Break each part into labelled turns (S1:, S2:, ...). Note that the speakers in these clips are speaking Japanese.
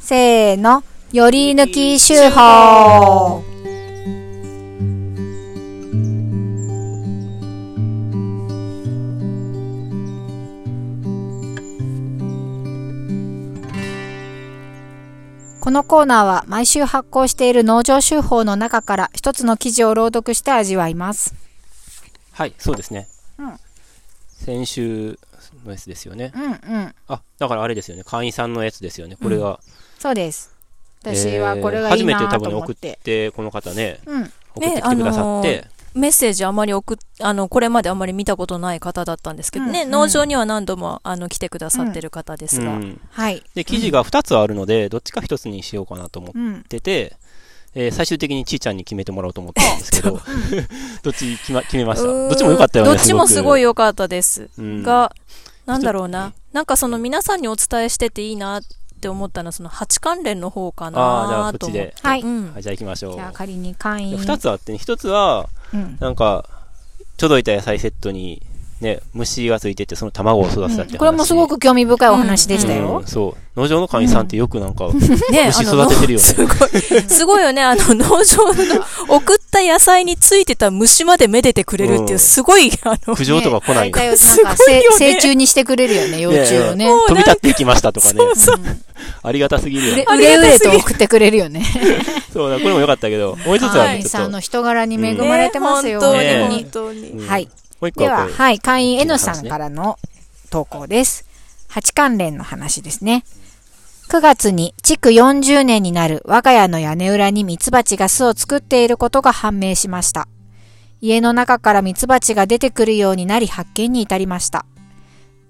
S1: せーの、より抜き手法。このコーナーは毎週発行している農場手法の中から一つの記事を朗読して味わいます。
S2: はい、そうですね。
S1: うん
S2: 先週のやつですよね。
S1: うんうん。
S2: あ、だからあれですよね。会員さんのやつですよね。これが。
S1: そうです。
S2: えー
S1: 私はこれがいいな
S2: 初めて多
S1: と
S2: 分
S1: 思
S2: 送
S1: っ。
S2: ってて、この方ね、
S1: うん。
S2: 送ってきてくださって。
S3: メッセージあまり送っあのこれまであまり見たことない方だったんですけどね、
S1: うん
S3: 農場には何度もあの来てくださってる方ですが、
S2: うん
S1: はい。
S2: で、記事が2つあるので、どっちか1つにしようかなと思っ
S1: うん。
S2: てて、えー最終的にちーちゃんに決めてもらおうと思ったんですけど、 どっち決,、ま、決めました
S3: うーん
S2: どっちも良かったよね。
S3: どっちもすごい
S2: よ。
S3: 良かったです、
S2: うん
S3: がなんだろうななんかその皆さんにお伝えしてていいなって思ったのはその蜂関連の方か
S2: ああ、じゃ
S3: な
S2: あそっ
S3: と
S2: ち
S3: 思って
S2: で。
S1: はい。
S3: うん
S2: はい、じゃあ行きましょ
S1: じゃあ
S2: う。
S1: 仮に会員。
S2: 2つあってね、1つは、
S1: うん。
S2: なんか、ちょどいた野菜セットに、ね、虫がついてて、その卵を育てたって話、
S1: これもすごく興味深いお話でした
S2: う
S1: よ
S2: ん。そう。農場の会員さんってよくなんか、
S3: ね
S2: 虫
S3: あの
S2: 育ててるよね。
S3: すごいよね、あの、農場の送った野菜についてた虫までめでてくれるっていうう、
S2: ん
S3: すごい、あの、
S2: 苦情とか来な
S1: 大
S2: いか
S1: 体
S2: ら。
S1: をなんか、せ成虫にしてくれるよね、幼虫をね。
S2: 飛び立っていきましたとかね。
S3: そう
S2: ありがたすぎるよ
S1: う
S2: ね
S1: れ。うれうれと送ってくれるよね。
S2: そうだ、これも良かったけど、もう一つは
S1: 会
S2: ね、
S1: 員
S2: ち
S1: さ
S2: ょ
S1: ん
S2: っと
S1: の。人柄に恵
S2: 生
S1: まれてますよ、
S3: ね本当に、
S2: ねえ
S3: 本当に。
S2: うん
S1: はい。
S2: もう一個
S1: で
S2: は
S1: は、
S2: これ。
S1: はい、会員
S2: 大きな
S1: N
S2: 話ね
S1: さんからの投稿です。8関連の話ですね。9月に築40年になる我が家の屋根裏にミツバチが巣を作っていることが判明しました。家の中からミツバチが出てくるようになり発見に至りました。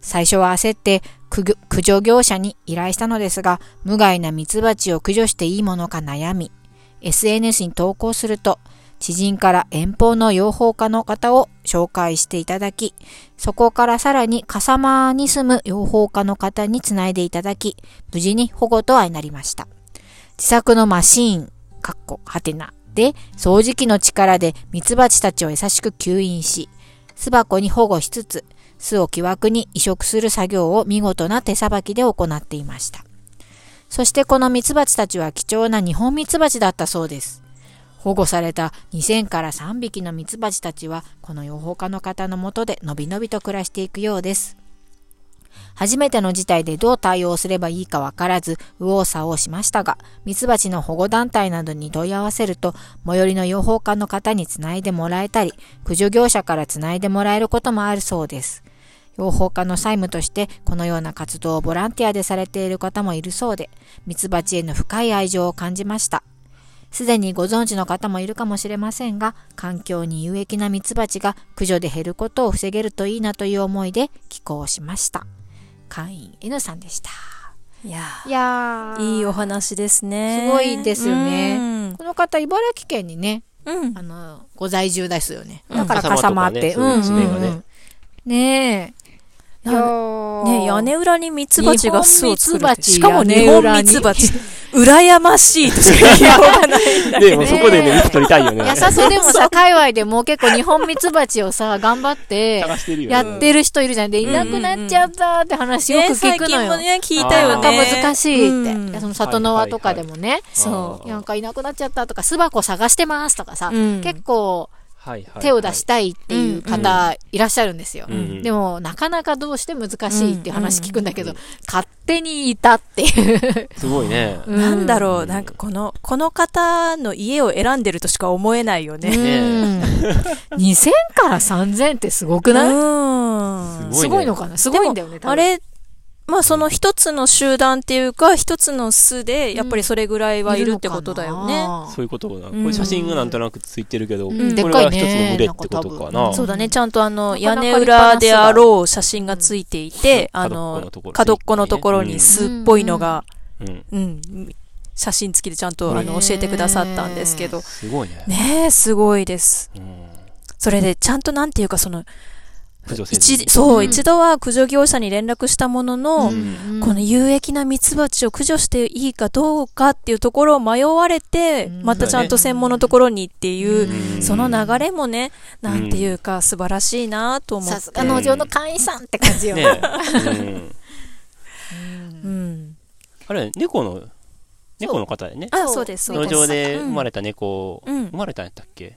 S1: 最初は焦って駆除駆除業者に依頼したのですが、無害なミツバチを駆除していいものか悩み、SNS に投稿すると、知人から遠方の養蜂家の方を紹介していただき、そこからさらに笠間に住む養蜂家の方につないでいただき、無事に保護と相なりました。自作のマシーン、かっこ、はてな、で、掃除機の力でミツバチたちを優しく吸引し、巣箱に保護しつつ、巣を木枠に移植する作業を見事な手さばきで行っていました。そしてこのミツバチたちは貴重な日本ミツバチだったそうです。保護された2000から3匹のミツバチたちはこの養蜂家の方のもとでのびのびと暮らしていくようです初めての事態でどう対応すればいいかわからず右往左往しましたがミツバチの保護団体などに問い合わせると最寄りの養蜂家の方につないでもらえたり駆除業者からつないでもらえることもあるそうです養蜂家の債務としてこのような活動をボランティアでされている方もいるそうでミツバチへの深い愛情を感じましたすでにご存知の方もいるかもしれませんが、環境に有益なミツバチが駆除で減ることを防げるといいなという思いで寄稿しました。会員 N さんでした。
S3: いや
S1: いや
S3: ー
S1: ー。
S3: いいお話ですね。
S1: すごいですよね
S3: うん
S1: この方、茨城県にね、
S3: うん。
S1: あの、ご在住ですよね。
S3: うん
S1: だから笠間って。
S2: 笠間とかねそういう地名がね
S1: んねえ。
S3: なんね屋根裏にミツバチが巣を作るって。
S1: 日
S3: し
S1: 本
S3: かも
S1: ミツバチ
S3: 日
S1: 屋
S3: 本
S1: 根裏
S3: ミ
S1: に
S3: ツバチ。羨ましいとしか言いよう がないんだけ
S2: で、
S3: ど。
S2: もうそこでね、
S1: ね
S2: 肉取りたいよね。
S1: やさそでもさ、界隈でも結構日本ミツバチをさ、頑張って、
S2: 探してるよね。
S1: やってる人いるじゃん。で、いなくなっちゃったって話よく
S3: ね
S1: 聞
S3: 最
S1: くの
S3: 近
S1: よ
S3: も。ね、聞いたよ
S1: なんか
S3: ね。
S1: 難しいって、
S3: うん
S1: その里の輪とかでもね、
S3: そ
S2: あー
S1: なんかいなくなっちゃったとか巣箱探してますとかさ、
S3: うん
S1: 結構
S2: はいはいはい
S1: 手を出したいっていう方いらっしゃるんですよ、
S2: うんうん
S1: でもなかなかどうして難しいっていう話聞くんだけど、
S2: うんうん
S1: 勝手にいたっていう、
S2: すごいね。
S3: なんだろう、なんかこの、この方の家を選んでるとしか思えないよね。
S1: うん、2000から3000ってすごくない、
S3: うん。
S1: すごいのかなすごいんだよね多分
S3: あれ、まあその一つの集団っていうか、一つの巣で、やっぱりそれぐらいはいるってことだよね。
S2: そういうことな。こ
S3: ん
S2: れ写真がなんとなくついてるけど、こ
S3: ん
S2: れ
S1: でっか
S2: はい一つ
S1: ね
S2: の群れってこと
S1: な
S2: か
S1: んか多
S2: な
S1: 分。
S3: そうだね、ちゃんとあの、
S1: なか
S3: 屋
S1: なか
S3: 根
S1: 立派
S3: 裏
S1: な巣だ
S3: であろう写真がついていて、
S2: うん
S3: あ
S2: 角っこの
S3: の
S2: ところ、
S3: 角っこのところに巣っぽいのが、
S2: うん。
S3: うん、写真付きでちゃんとあ
S1: ね
S3: の教えてくださったんですけど。
S2: すごいね。
S3: ねえ、すごいです。
S2: うん。
S3: それで、ちゃんとなんていうかその、
S2: 駆除せず
S3: 一
S2: に
S3: 時、そう、
S1: うん
S3: 一度は駆除業者に連絡したものの、
S1: うん
S3: この有益なミツバチを駆除していいかどうかっていうところを迷われて、
S1: うん
S3: またちゃんと専門のところにっていう、
S2: うん
S3: その流れもね、なんていうか素晴らしいなと思
S1: さ
S3: っ
S1: す
S3: て。
S1: が農場の会員さんって感じよ、
S2: ね。うん。
S3: うん。
S2: あれ、猫の猫の方でね。
S3: あ、そうです、そう
S2: 農
S3: です。
S2: 場で生まれた猫、
S3: うんうん
S2: 生まれたんやったっけ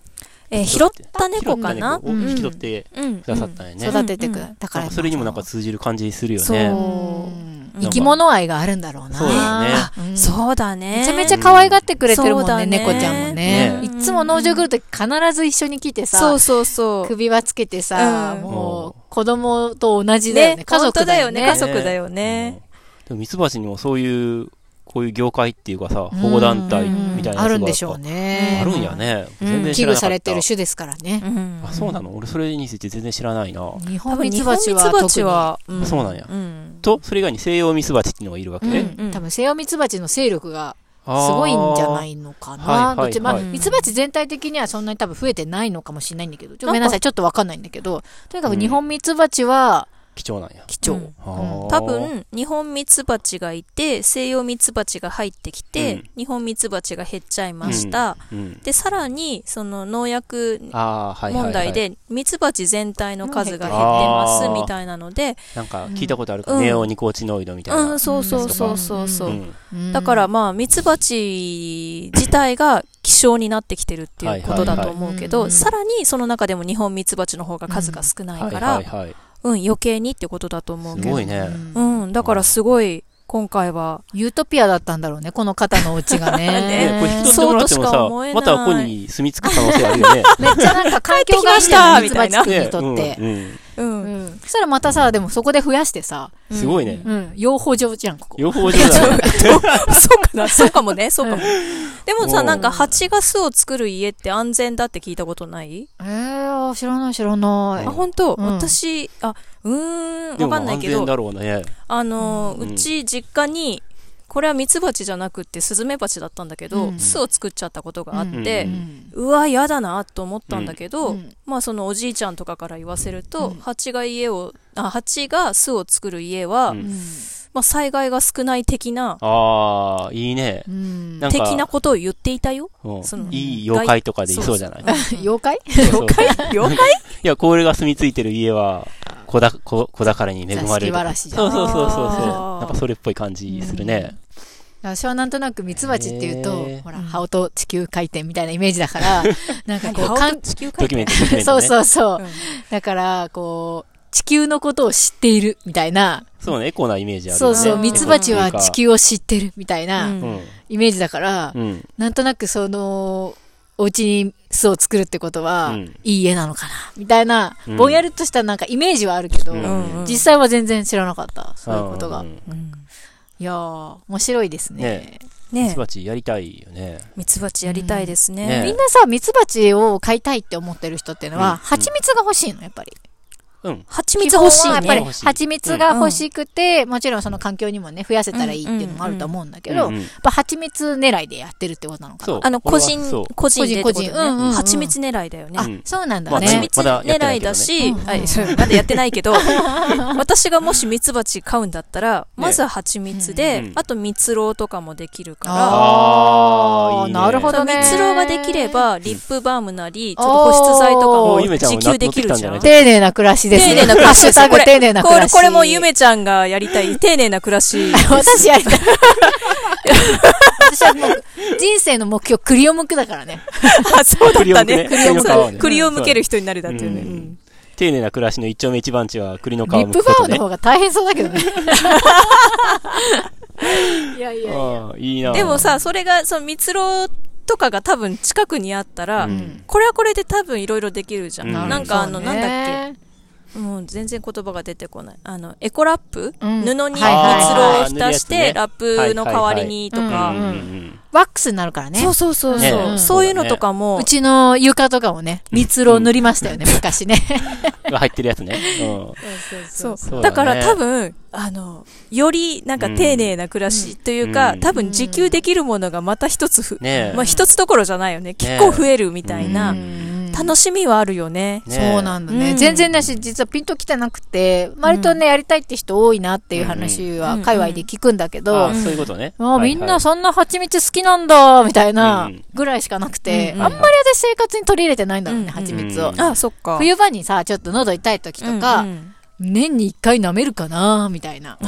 S3: えー拾った猫かな
S2: 拾った
S1: う
S2: 猫
S1: ん
S2: を引き取って
S3: うん
S2: く。ださったんやね。
S1: 育ててく、だか
S2: なん
S1: ら
S2: かそれにもなんか通じる感じするよ
S1: そう、
S2: ね。
S1: 生き物愛があるんだろうな
S2: そうだよね
S1: あうん
S3: そうだね。
S1: めちゃめちゃ可愛がってくれてるもん
S3: そ
S1: ね、
S3: うだね
S1: 猫ちゃんもね
S2: ね
S1: いっつも農場来るとき必ず一緒に来てさ、
S3: そうそうそう。
S1: 首輪つけてさ、
S3: うん
S1: もう子供と同じだよね。家
S3: 本
S1: 族
S3: 当
S1: だ
S3: だ
S1: よ
S3: よ
S1: ね。
S3: ね。家族だよ
S2: うん
S3: ね。
S2: でもミツバチにもそういう、こういう業界っていうかさ、保護団体みたいなやつが
S1: あるんでしょうね。
S2: あるんやね。
S1: うん。
S2: 全然知
S1: 危
S2: ら
S1: 惧
S2: なかった。
S1: されてる種ですからね。
S3: うん
S2: あ、そうなの俺それについて全然知らないな。
S1: 日
S3: 多
S1: 本
S3: 分
S1: ミ
S3: 日
S1: ツ
S3: 本
S1: バ
S3: ミツ
S1: チは
S3: バチは、う
S2: そうなんや
S3: うん。
S2: と、それ以外に西洋ミツバチっていうのがいるわけ
S1: 特に、
S2: ね。
S3: え
S1: うん多分西洋ミツバチの勢力がす
S2: あー
S1: ごいんじゃないのか
S2: あーは。
S1: ない
S2: はい
S1: どっちまあ
S2: はい
S1: ミツバチ全体的にはそんなに多分増えてないのかもしれないんだけど、ちょごめんなさい、ちょっとわかんないんだけど、とにかく日本ミツバチは
S2: 貴重なんや。
S1: 貴重。
S3: うん
S2: あー
S3: 多、分、日本ミツバチがいて、西洋ミツバチが入ってきて、
S2: うん
S3: 日本ミツバチが減っちゃいました。
S2: うん。
S3: で、さらに、その農薬
S2: ああ、はいはい、はい。
S3: 問題で、ミツバチ全体の数が減ってます、
S2: うん
S3: みたいなので、
S2: なんか聞いたことあるか、
S3: うん
S2: ネオニコチノイドみたいな。
S3: うん、そうそうそうそうそう。
S1: うん
S2: うん
S1: うん
S3: だからまあ、ミツバチ自体が希少になってきてるっていうことだと思うけ
S1: はいはいは
S3: ど、
S1: い
S3: さらにその中でも日本ミツバチの方が数が少ないから、
S2: はいはいはい。
S3: うん、余計にってことだと思う
S2: す
S3: けど。
S2: ごいね。
S3: うん、だからすごい、今回は。
S1: ユートピアだったんだろうね、この方のお家 が
S2: ね
S1: ね。
S2: これ引き取ってもらっても
S3: そうとしか
S2: さ
S3: 思え、ない
S2: またここに住み着く可能性あるよね。
S1: めっちゃなんか環境がいいんだよね、ミツバチ君にとっ
S2: ね
S1: て。
S2: うんうん
S3: うん。
S1: うんそしたらまたさ、でもそこで増やしてさ、
S2: すごいね。
S1: うん、養蜂場じゃん、ここ。
S2: 養蜂場だね。
S3: そうかな、そうかもね、そうか も。でも
S2: お
S3: さ、
S2: う
S3: なんか蜂が巣を作る家って安全だって聞いたことない
S1: えー、知らない知らな
S3: あ、本当
S1: うん
S3: 私、あ、うーん、
S2: で
S3: わ
S2: も
S3: かんない
S2: 安
S3: け
S2: 全
S3: ど、
S2: だろうね。
S3: あの
S2: うん
S3: ー、うち実家に、これはミツバチじゃなくってスズメバチだったんだけ
S1: う
S3: ど、
S1: ん
S3: 巣を作っちゃったことがあって、
S2: うん
S3: うわ、嫌だなと思ったんだけど、
S1: うん
S3: まあそのおじいちゃんとかから言わせると、
S1: うん
S3: 蜂が家を、あ、蜂が巣を作る家は、
S2: うん
S3: まあ災害が少ない的な、
S2: ああ、いいね。
S1: うん
S2: なんか
S3: 的なことを言っていたよ。
S2: うん
S3: その
S2: いい妖怪とかでいそうじゃない
S1: 妖怪
S2: 妖怪怪い
S3: 妖
S2: や、これが住み着いてる家は、小だ、小小宝に恵まれるとか。
S1: 座敷わらしじゃ
S2: そ
S1: ん
S2: うそうそうそうそう。
S3: あー
S2: なんかそれっぽい感じするね。
S1: 私はなんとなくミツバチっていうと
S2: へー、
S1: ほら、羽音地球回転みたいなイメージだ から、なんかこう、かん
S3: 地球
S2: ドキュメント、ドキュメント
S1: そ
S2: ね。
S1: うそうそう
S3: うん。
S1: だから、こう、地球のことを知っているみたいな、
S2: そうね、エコなイメージある
S1: そ
S2: よ
S1: う
S2: ね。
S1: そう、
S3: うん
S1: ミツバチは地球を知ってるみたいな
S3: う
S2: うん。
S1: イメージだから、
S2: うん。
S1: なんとなくその、お家に巣を作るってことは、
S2: うん
S1: いい家なのかな、みたいな
S2: う、ん
S1: ぼんやりとしたなんかイメージはあるけど、
S2: うん
S3: うん
S1: 実際は全然知らなかった、そういうことが。
S2: んんん
S3: うん
S1: いやー、面白いですね。
S2: ねミ
S3: ね
S2: ツバチやりたいよね。
S3: ミツバチやりたいですね。
S2: ね
S1: みんなさ、ミツバチを飼いたいって思ってる人っていうのは、
S2: うん
S1: 蜂蜜が欲しいの、やっぱり。
S2: うん。
S3: 蜂蜜欲しい
S1: 希望
S3: ね。
S1: はやっぱり
S2: 欲しい
S1: 蜂蜜が欲しくて、もちろんその環境にもね、増やせたらいいっていうのもあると思うんだけど、
S2: うんうん
S1: やっぱ蜂蜜狙いでやってるってことなのかな。
S2: そう。
S3: あの、
S2: 俺
S3: 個
S2: は
S3: 人
S2: そう、
S3: 個人でってこと
S1: 個人個人うんうんう
S3: ね。
S1: ん
S3: 蜂蜜狙いだよね
S1: あ。
S2: うん、
S1: そうなんだ
S2: まあ
S1: ね
S3: 蜂
S2: ね。
S3: 蜜狙いだし、
S1: まだ
S3: は
S1: やってない
S3: い、
S1: けど
S3: そうまだやってないけど、 私がもしミツバチ飼うんだったら、まずは蜂
S2: うん
S3: 蜜
S2: う
S3: で
S2: ん、
S3: あと蜜蝋とかもできるか
S1: あー
S2: あーいいね
S1: なるほ
S3: ら、
S1: ど
S3: そう
S1: ね。
S3: 蜜蝋ができれば、リップバームなり、ちょっと保湿剤と
S1: お
S2: ー
S3: か
S2: ゆ
S3: も
S2: めちゃんも
S3: 自給できるじゃ
S2: 乗
S3: ん
S2: ってきたん
S1: 丁
S2: じゃない。
S1: 寧な暮らしですね。
S3: 丁寧な暮らし
S1: ハッシュタグ
S3: これ
S1: 丁寧な暮
S3: こ
S1: ら
S3: れ、
S1: し。
S3: これもゆめちゃんがやりたい、丁寧な暮 らし。
S1: 私やりたい。私はもう、人生の目標、クリオムクだからね。
S3: あ、そうだったね。
S2: 栗をむくね栗の皮をね
S3: 栗を剥ける人になるだっていうね。
S2: う
S3: うんん
S2: 丁寧な暮らしの一丁目一番地は栗の皮を
S1: リッ
S2: 剥
S1: プ
S2: く
S1: バ
S2: こと
S1: ーの
S2: ね。
S1: 方が大変そうだけどね。いやいやいや。
S2: ああ、いいな。
S3: でも、さ、それが、その、蜜蝋とかが多分近くにあったら、
S2: うん
S3: これはこれで多分いろいろできるじゃん。
S2: うん
S3: なんかあ
S1: そ
S3: の、
S1: う
S3: なん
S1: ね
S3: だっけ、もう全然言葉が出てこない。あの、エコラップ、
S1: うん
S3: 布に蜜
S1: はいはい
S3: 蝋を浸して、
S2: あー塗るやつね
S3: ラップの代わりにとか、
S1: はいはいは
S2: うんうん
S1: ワックスになるからね。
S3: そうそうそうそう、
S1: ね
S3: そういうのとかも、
S1: うちの床とかもね、蜜蝋塗りましたよね、昔ね。
S2: うん。が入ってるやつね。うん。
S3: そう
S2: そう
S3: だから
S2: ね
S3: 多分、あの、よりなんか丁寧な暮らしというか、
S2: うん
S3: 多分自給できるものがまた一つふ、
S2: ねえ
S3: まあ一つどころじゃないよね。結構増えるみたいな、
S1: うん
S3: 楽しみはあるよね。
S2: ね
S1: そうなんだね。
S3: うん
S1: 全然だし、実はピンときてなくて、割とね、やりたいって人多いなっていう話は、
S3: うん
S1: 界隈で聞くんだけ
S2: あ
S1: ど
S2: あ、そういうことね。
S1: あーみんな
S2: そ
S1: そんな蜂蜜好きなんだ、みたいな
S2: うん
S1: ぐらいしかなくて、
S3: うん
S1: あんまり私生活に取り入れてないんだろう
S3: うん
S1: ね、蜂蜜を
S2: うん。
S3: あ、そっか。
S1: 冬場にさ、ちょっと喉痛い時とか
S3: うんう、ん
S1: 年に一回舐めるかな、みたいな。
S2: あ
S3: あ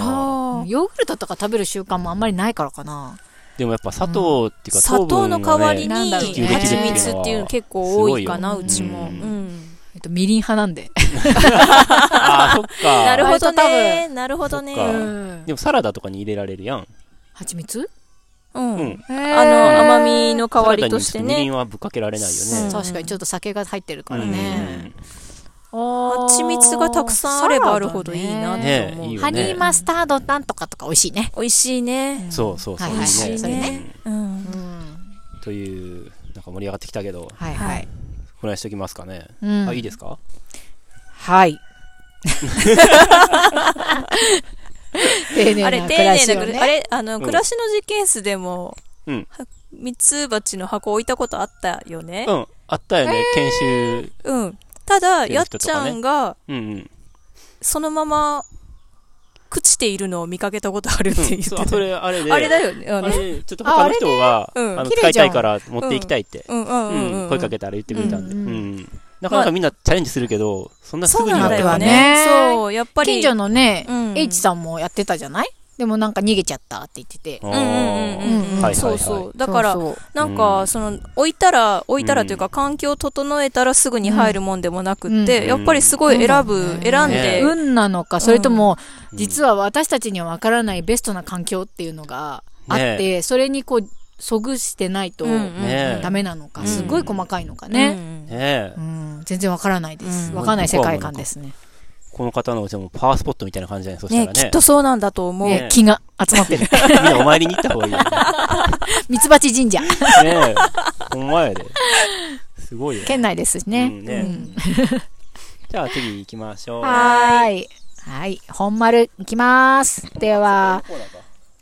S3: ー
S1: ヨーグルトとか食べる習慣もあんまりないからかな。
S2: でもやっぱ砂糖っていうか、
S3: 砂糖の代わり
S2: 糖
S1: なん
S3: に
S1: だろうね
S3: 蜂蜜っていうの結構多いかな、
S1: すごいよ
S3: うちも。
S2: う
S3: うんん。
S1: えっと、みりん派なんで。
S2: 分ねああ、そっか。
S3: なるほど
S1: 割と多
S3: ね。
S1: 分
S3: なるほど
S2: そっ
S3: ね。
S1: ん
S2: で。もサラダとかに入れられるやん。
S1: 蜂蜜
S3: う。
S2: うんん。
S1: あ
S3: あの、甘みの代わりとして
S2: サラダにみり
S3: ね。
S2: んはぶっかけられないよね。
S3: うん
S1: 確かにちょっと酒が入ってるか
S2: う
S1: ら
S2: ん
S1: ね。。
S3: 蜂蜜がたくさんあればあるほどいいなと
S2: ね
S3: 思う。
S2: いいよ
S1: ハニーマスタードなんとかとか美味しいね。
S3: 美味しいね。
S2: そうそうそ
S1: はい
S2: う。
S1: はい
S3: 美味しいねうん。
S1: うん。
S2: うんという、なんか盛り上がってきたけど、
S1: はいは
S3: はいい。
S2: これはしときますかね。
S1: うん
S2: あ、いいですか
S1: はい。丁寧
S3: あれ、
S1: な
S3: 丁
S1: 暮ら
S3: 寧
S1: し
S3: な
S1: をね。
S3: 暮らし、あれ、あの、
S2: ん
S3: 暮らしの実験室でも、
S2: うん
S3: はミツバチの箱置いたことあったよね
S2: う。ん。あったよね。研修。
S3: うん。ただ、
S2: や
S3: や
S2: っ
S3: って
S2: る人
S3: ち
S2: とかね
S3: ゃんが、
S2: うんうん。
S3: そのまま、朽ちているのを見かけたことあるって言って
S2: そう
S3: た。
S2: あそれ、あれで。
S3: あれだよね。あ
S2: あ
S3: の
S2: れちょっと他の人が、
S3: あれねうん
S2: あの、
S1: 綺
S2: 使
S1: 麗
S2: い
S1: じゃ
S2: た
S1: ん
S2: いから持っていきたいって、
S3: うんうん
S2: う
S3: うんうん
S2: ん、声かけたら言ってくれたんで。
S1: う
S2: うんん
S1: うん
S2: なかなかみんなチャレンジするけど、そんなす
S3: そう
S2: ぐに
S3: な
S2: は
S3: ん
S1: な
S3: だよ
S1: すぐにはね。
S3: ねそう、やっぱり。
S1: 近所のね
S3: う、ん
S1: H さんもやってたじゃないでもなんか逃げちゃったって言ってて。
S3: うんうん
S2: あ
S3: う
S2: ー
S3: んうん
S2: はいはいはい
S3: うん。そうそう。だから、
S1: そう
S3: なん
S2: う
S3: か、
S2: ん
S3: その、置いたら、置いたらというか、環境を整えたらすぐに入るもんでもなくっ
S1: うん
S3: て、やっぱりすごい選ぶ、
S1: うん
S3: 選ん
S1: そう
S2: ね
S3: で、
S1: 運なのか、それとも、
S2: うん
S1: 実は私たちにはわからないベストな環境っていうのがあって、それにこう、そぐしてないと
S3: うんうん
S2: ね
S1: ダメなのか、
S2: うん
S1: すごい細かいのか
S3: う
S1: ね。
S3: ん
S2: ねえ
S1: う、ん、全然わからないです。
S3: うん
S1: わからない世界観ですね。
S2: この方のお店もパワースポットみたいな感じじゃないそした
S3: ね、
S2: ら
S3: きっ
S2: ね。
S3: とそうなんだと思う。
S2: ね
S1: ね気が集まってる。
S2: みんなお参りに行った方が いいよ
S1: ミツバチ神社、
S2: ね。ねえ、ほんまやで。すごいよ。
S1: 県内ですし
S2: う
S1: ね。
S2: んねじゃあ次行きましょう。
S1: はーい。はい。本丸いきます。では、
S2: こうだか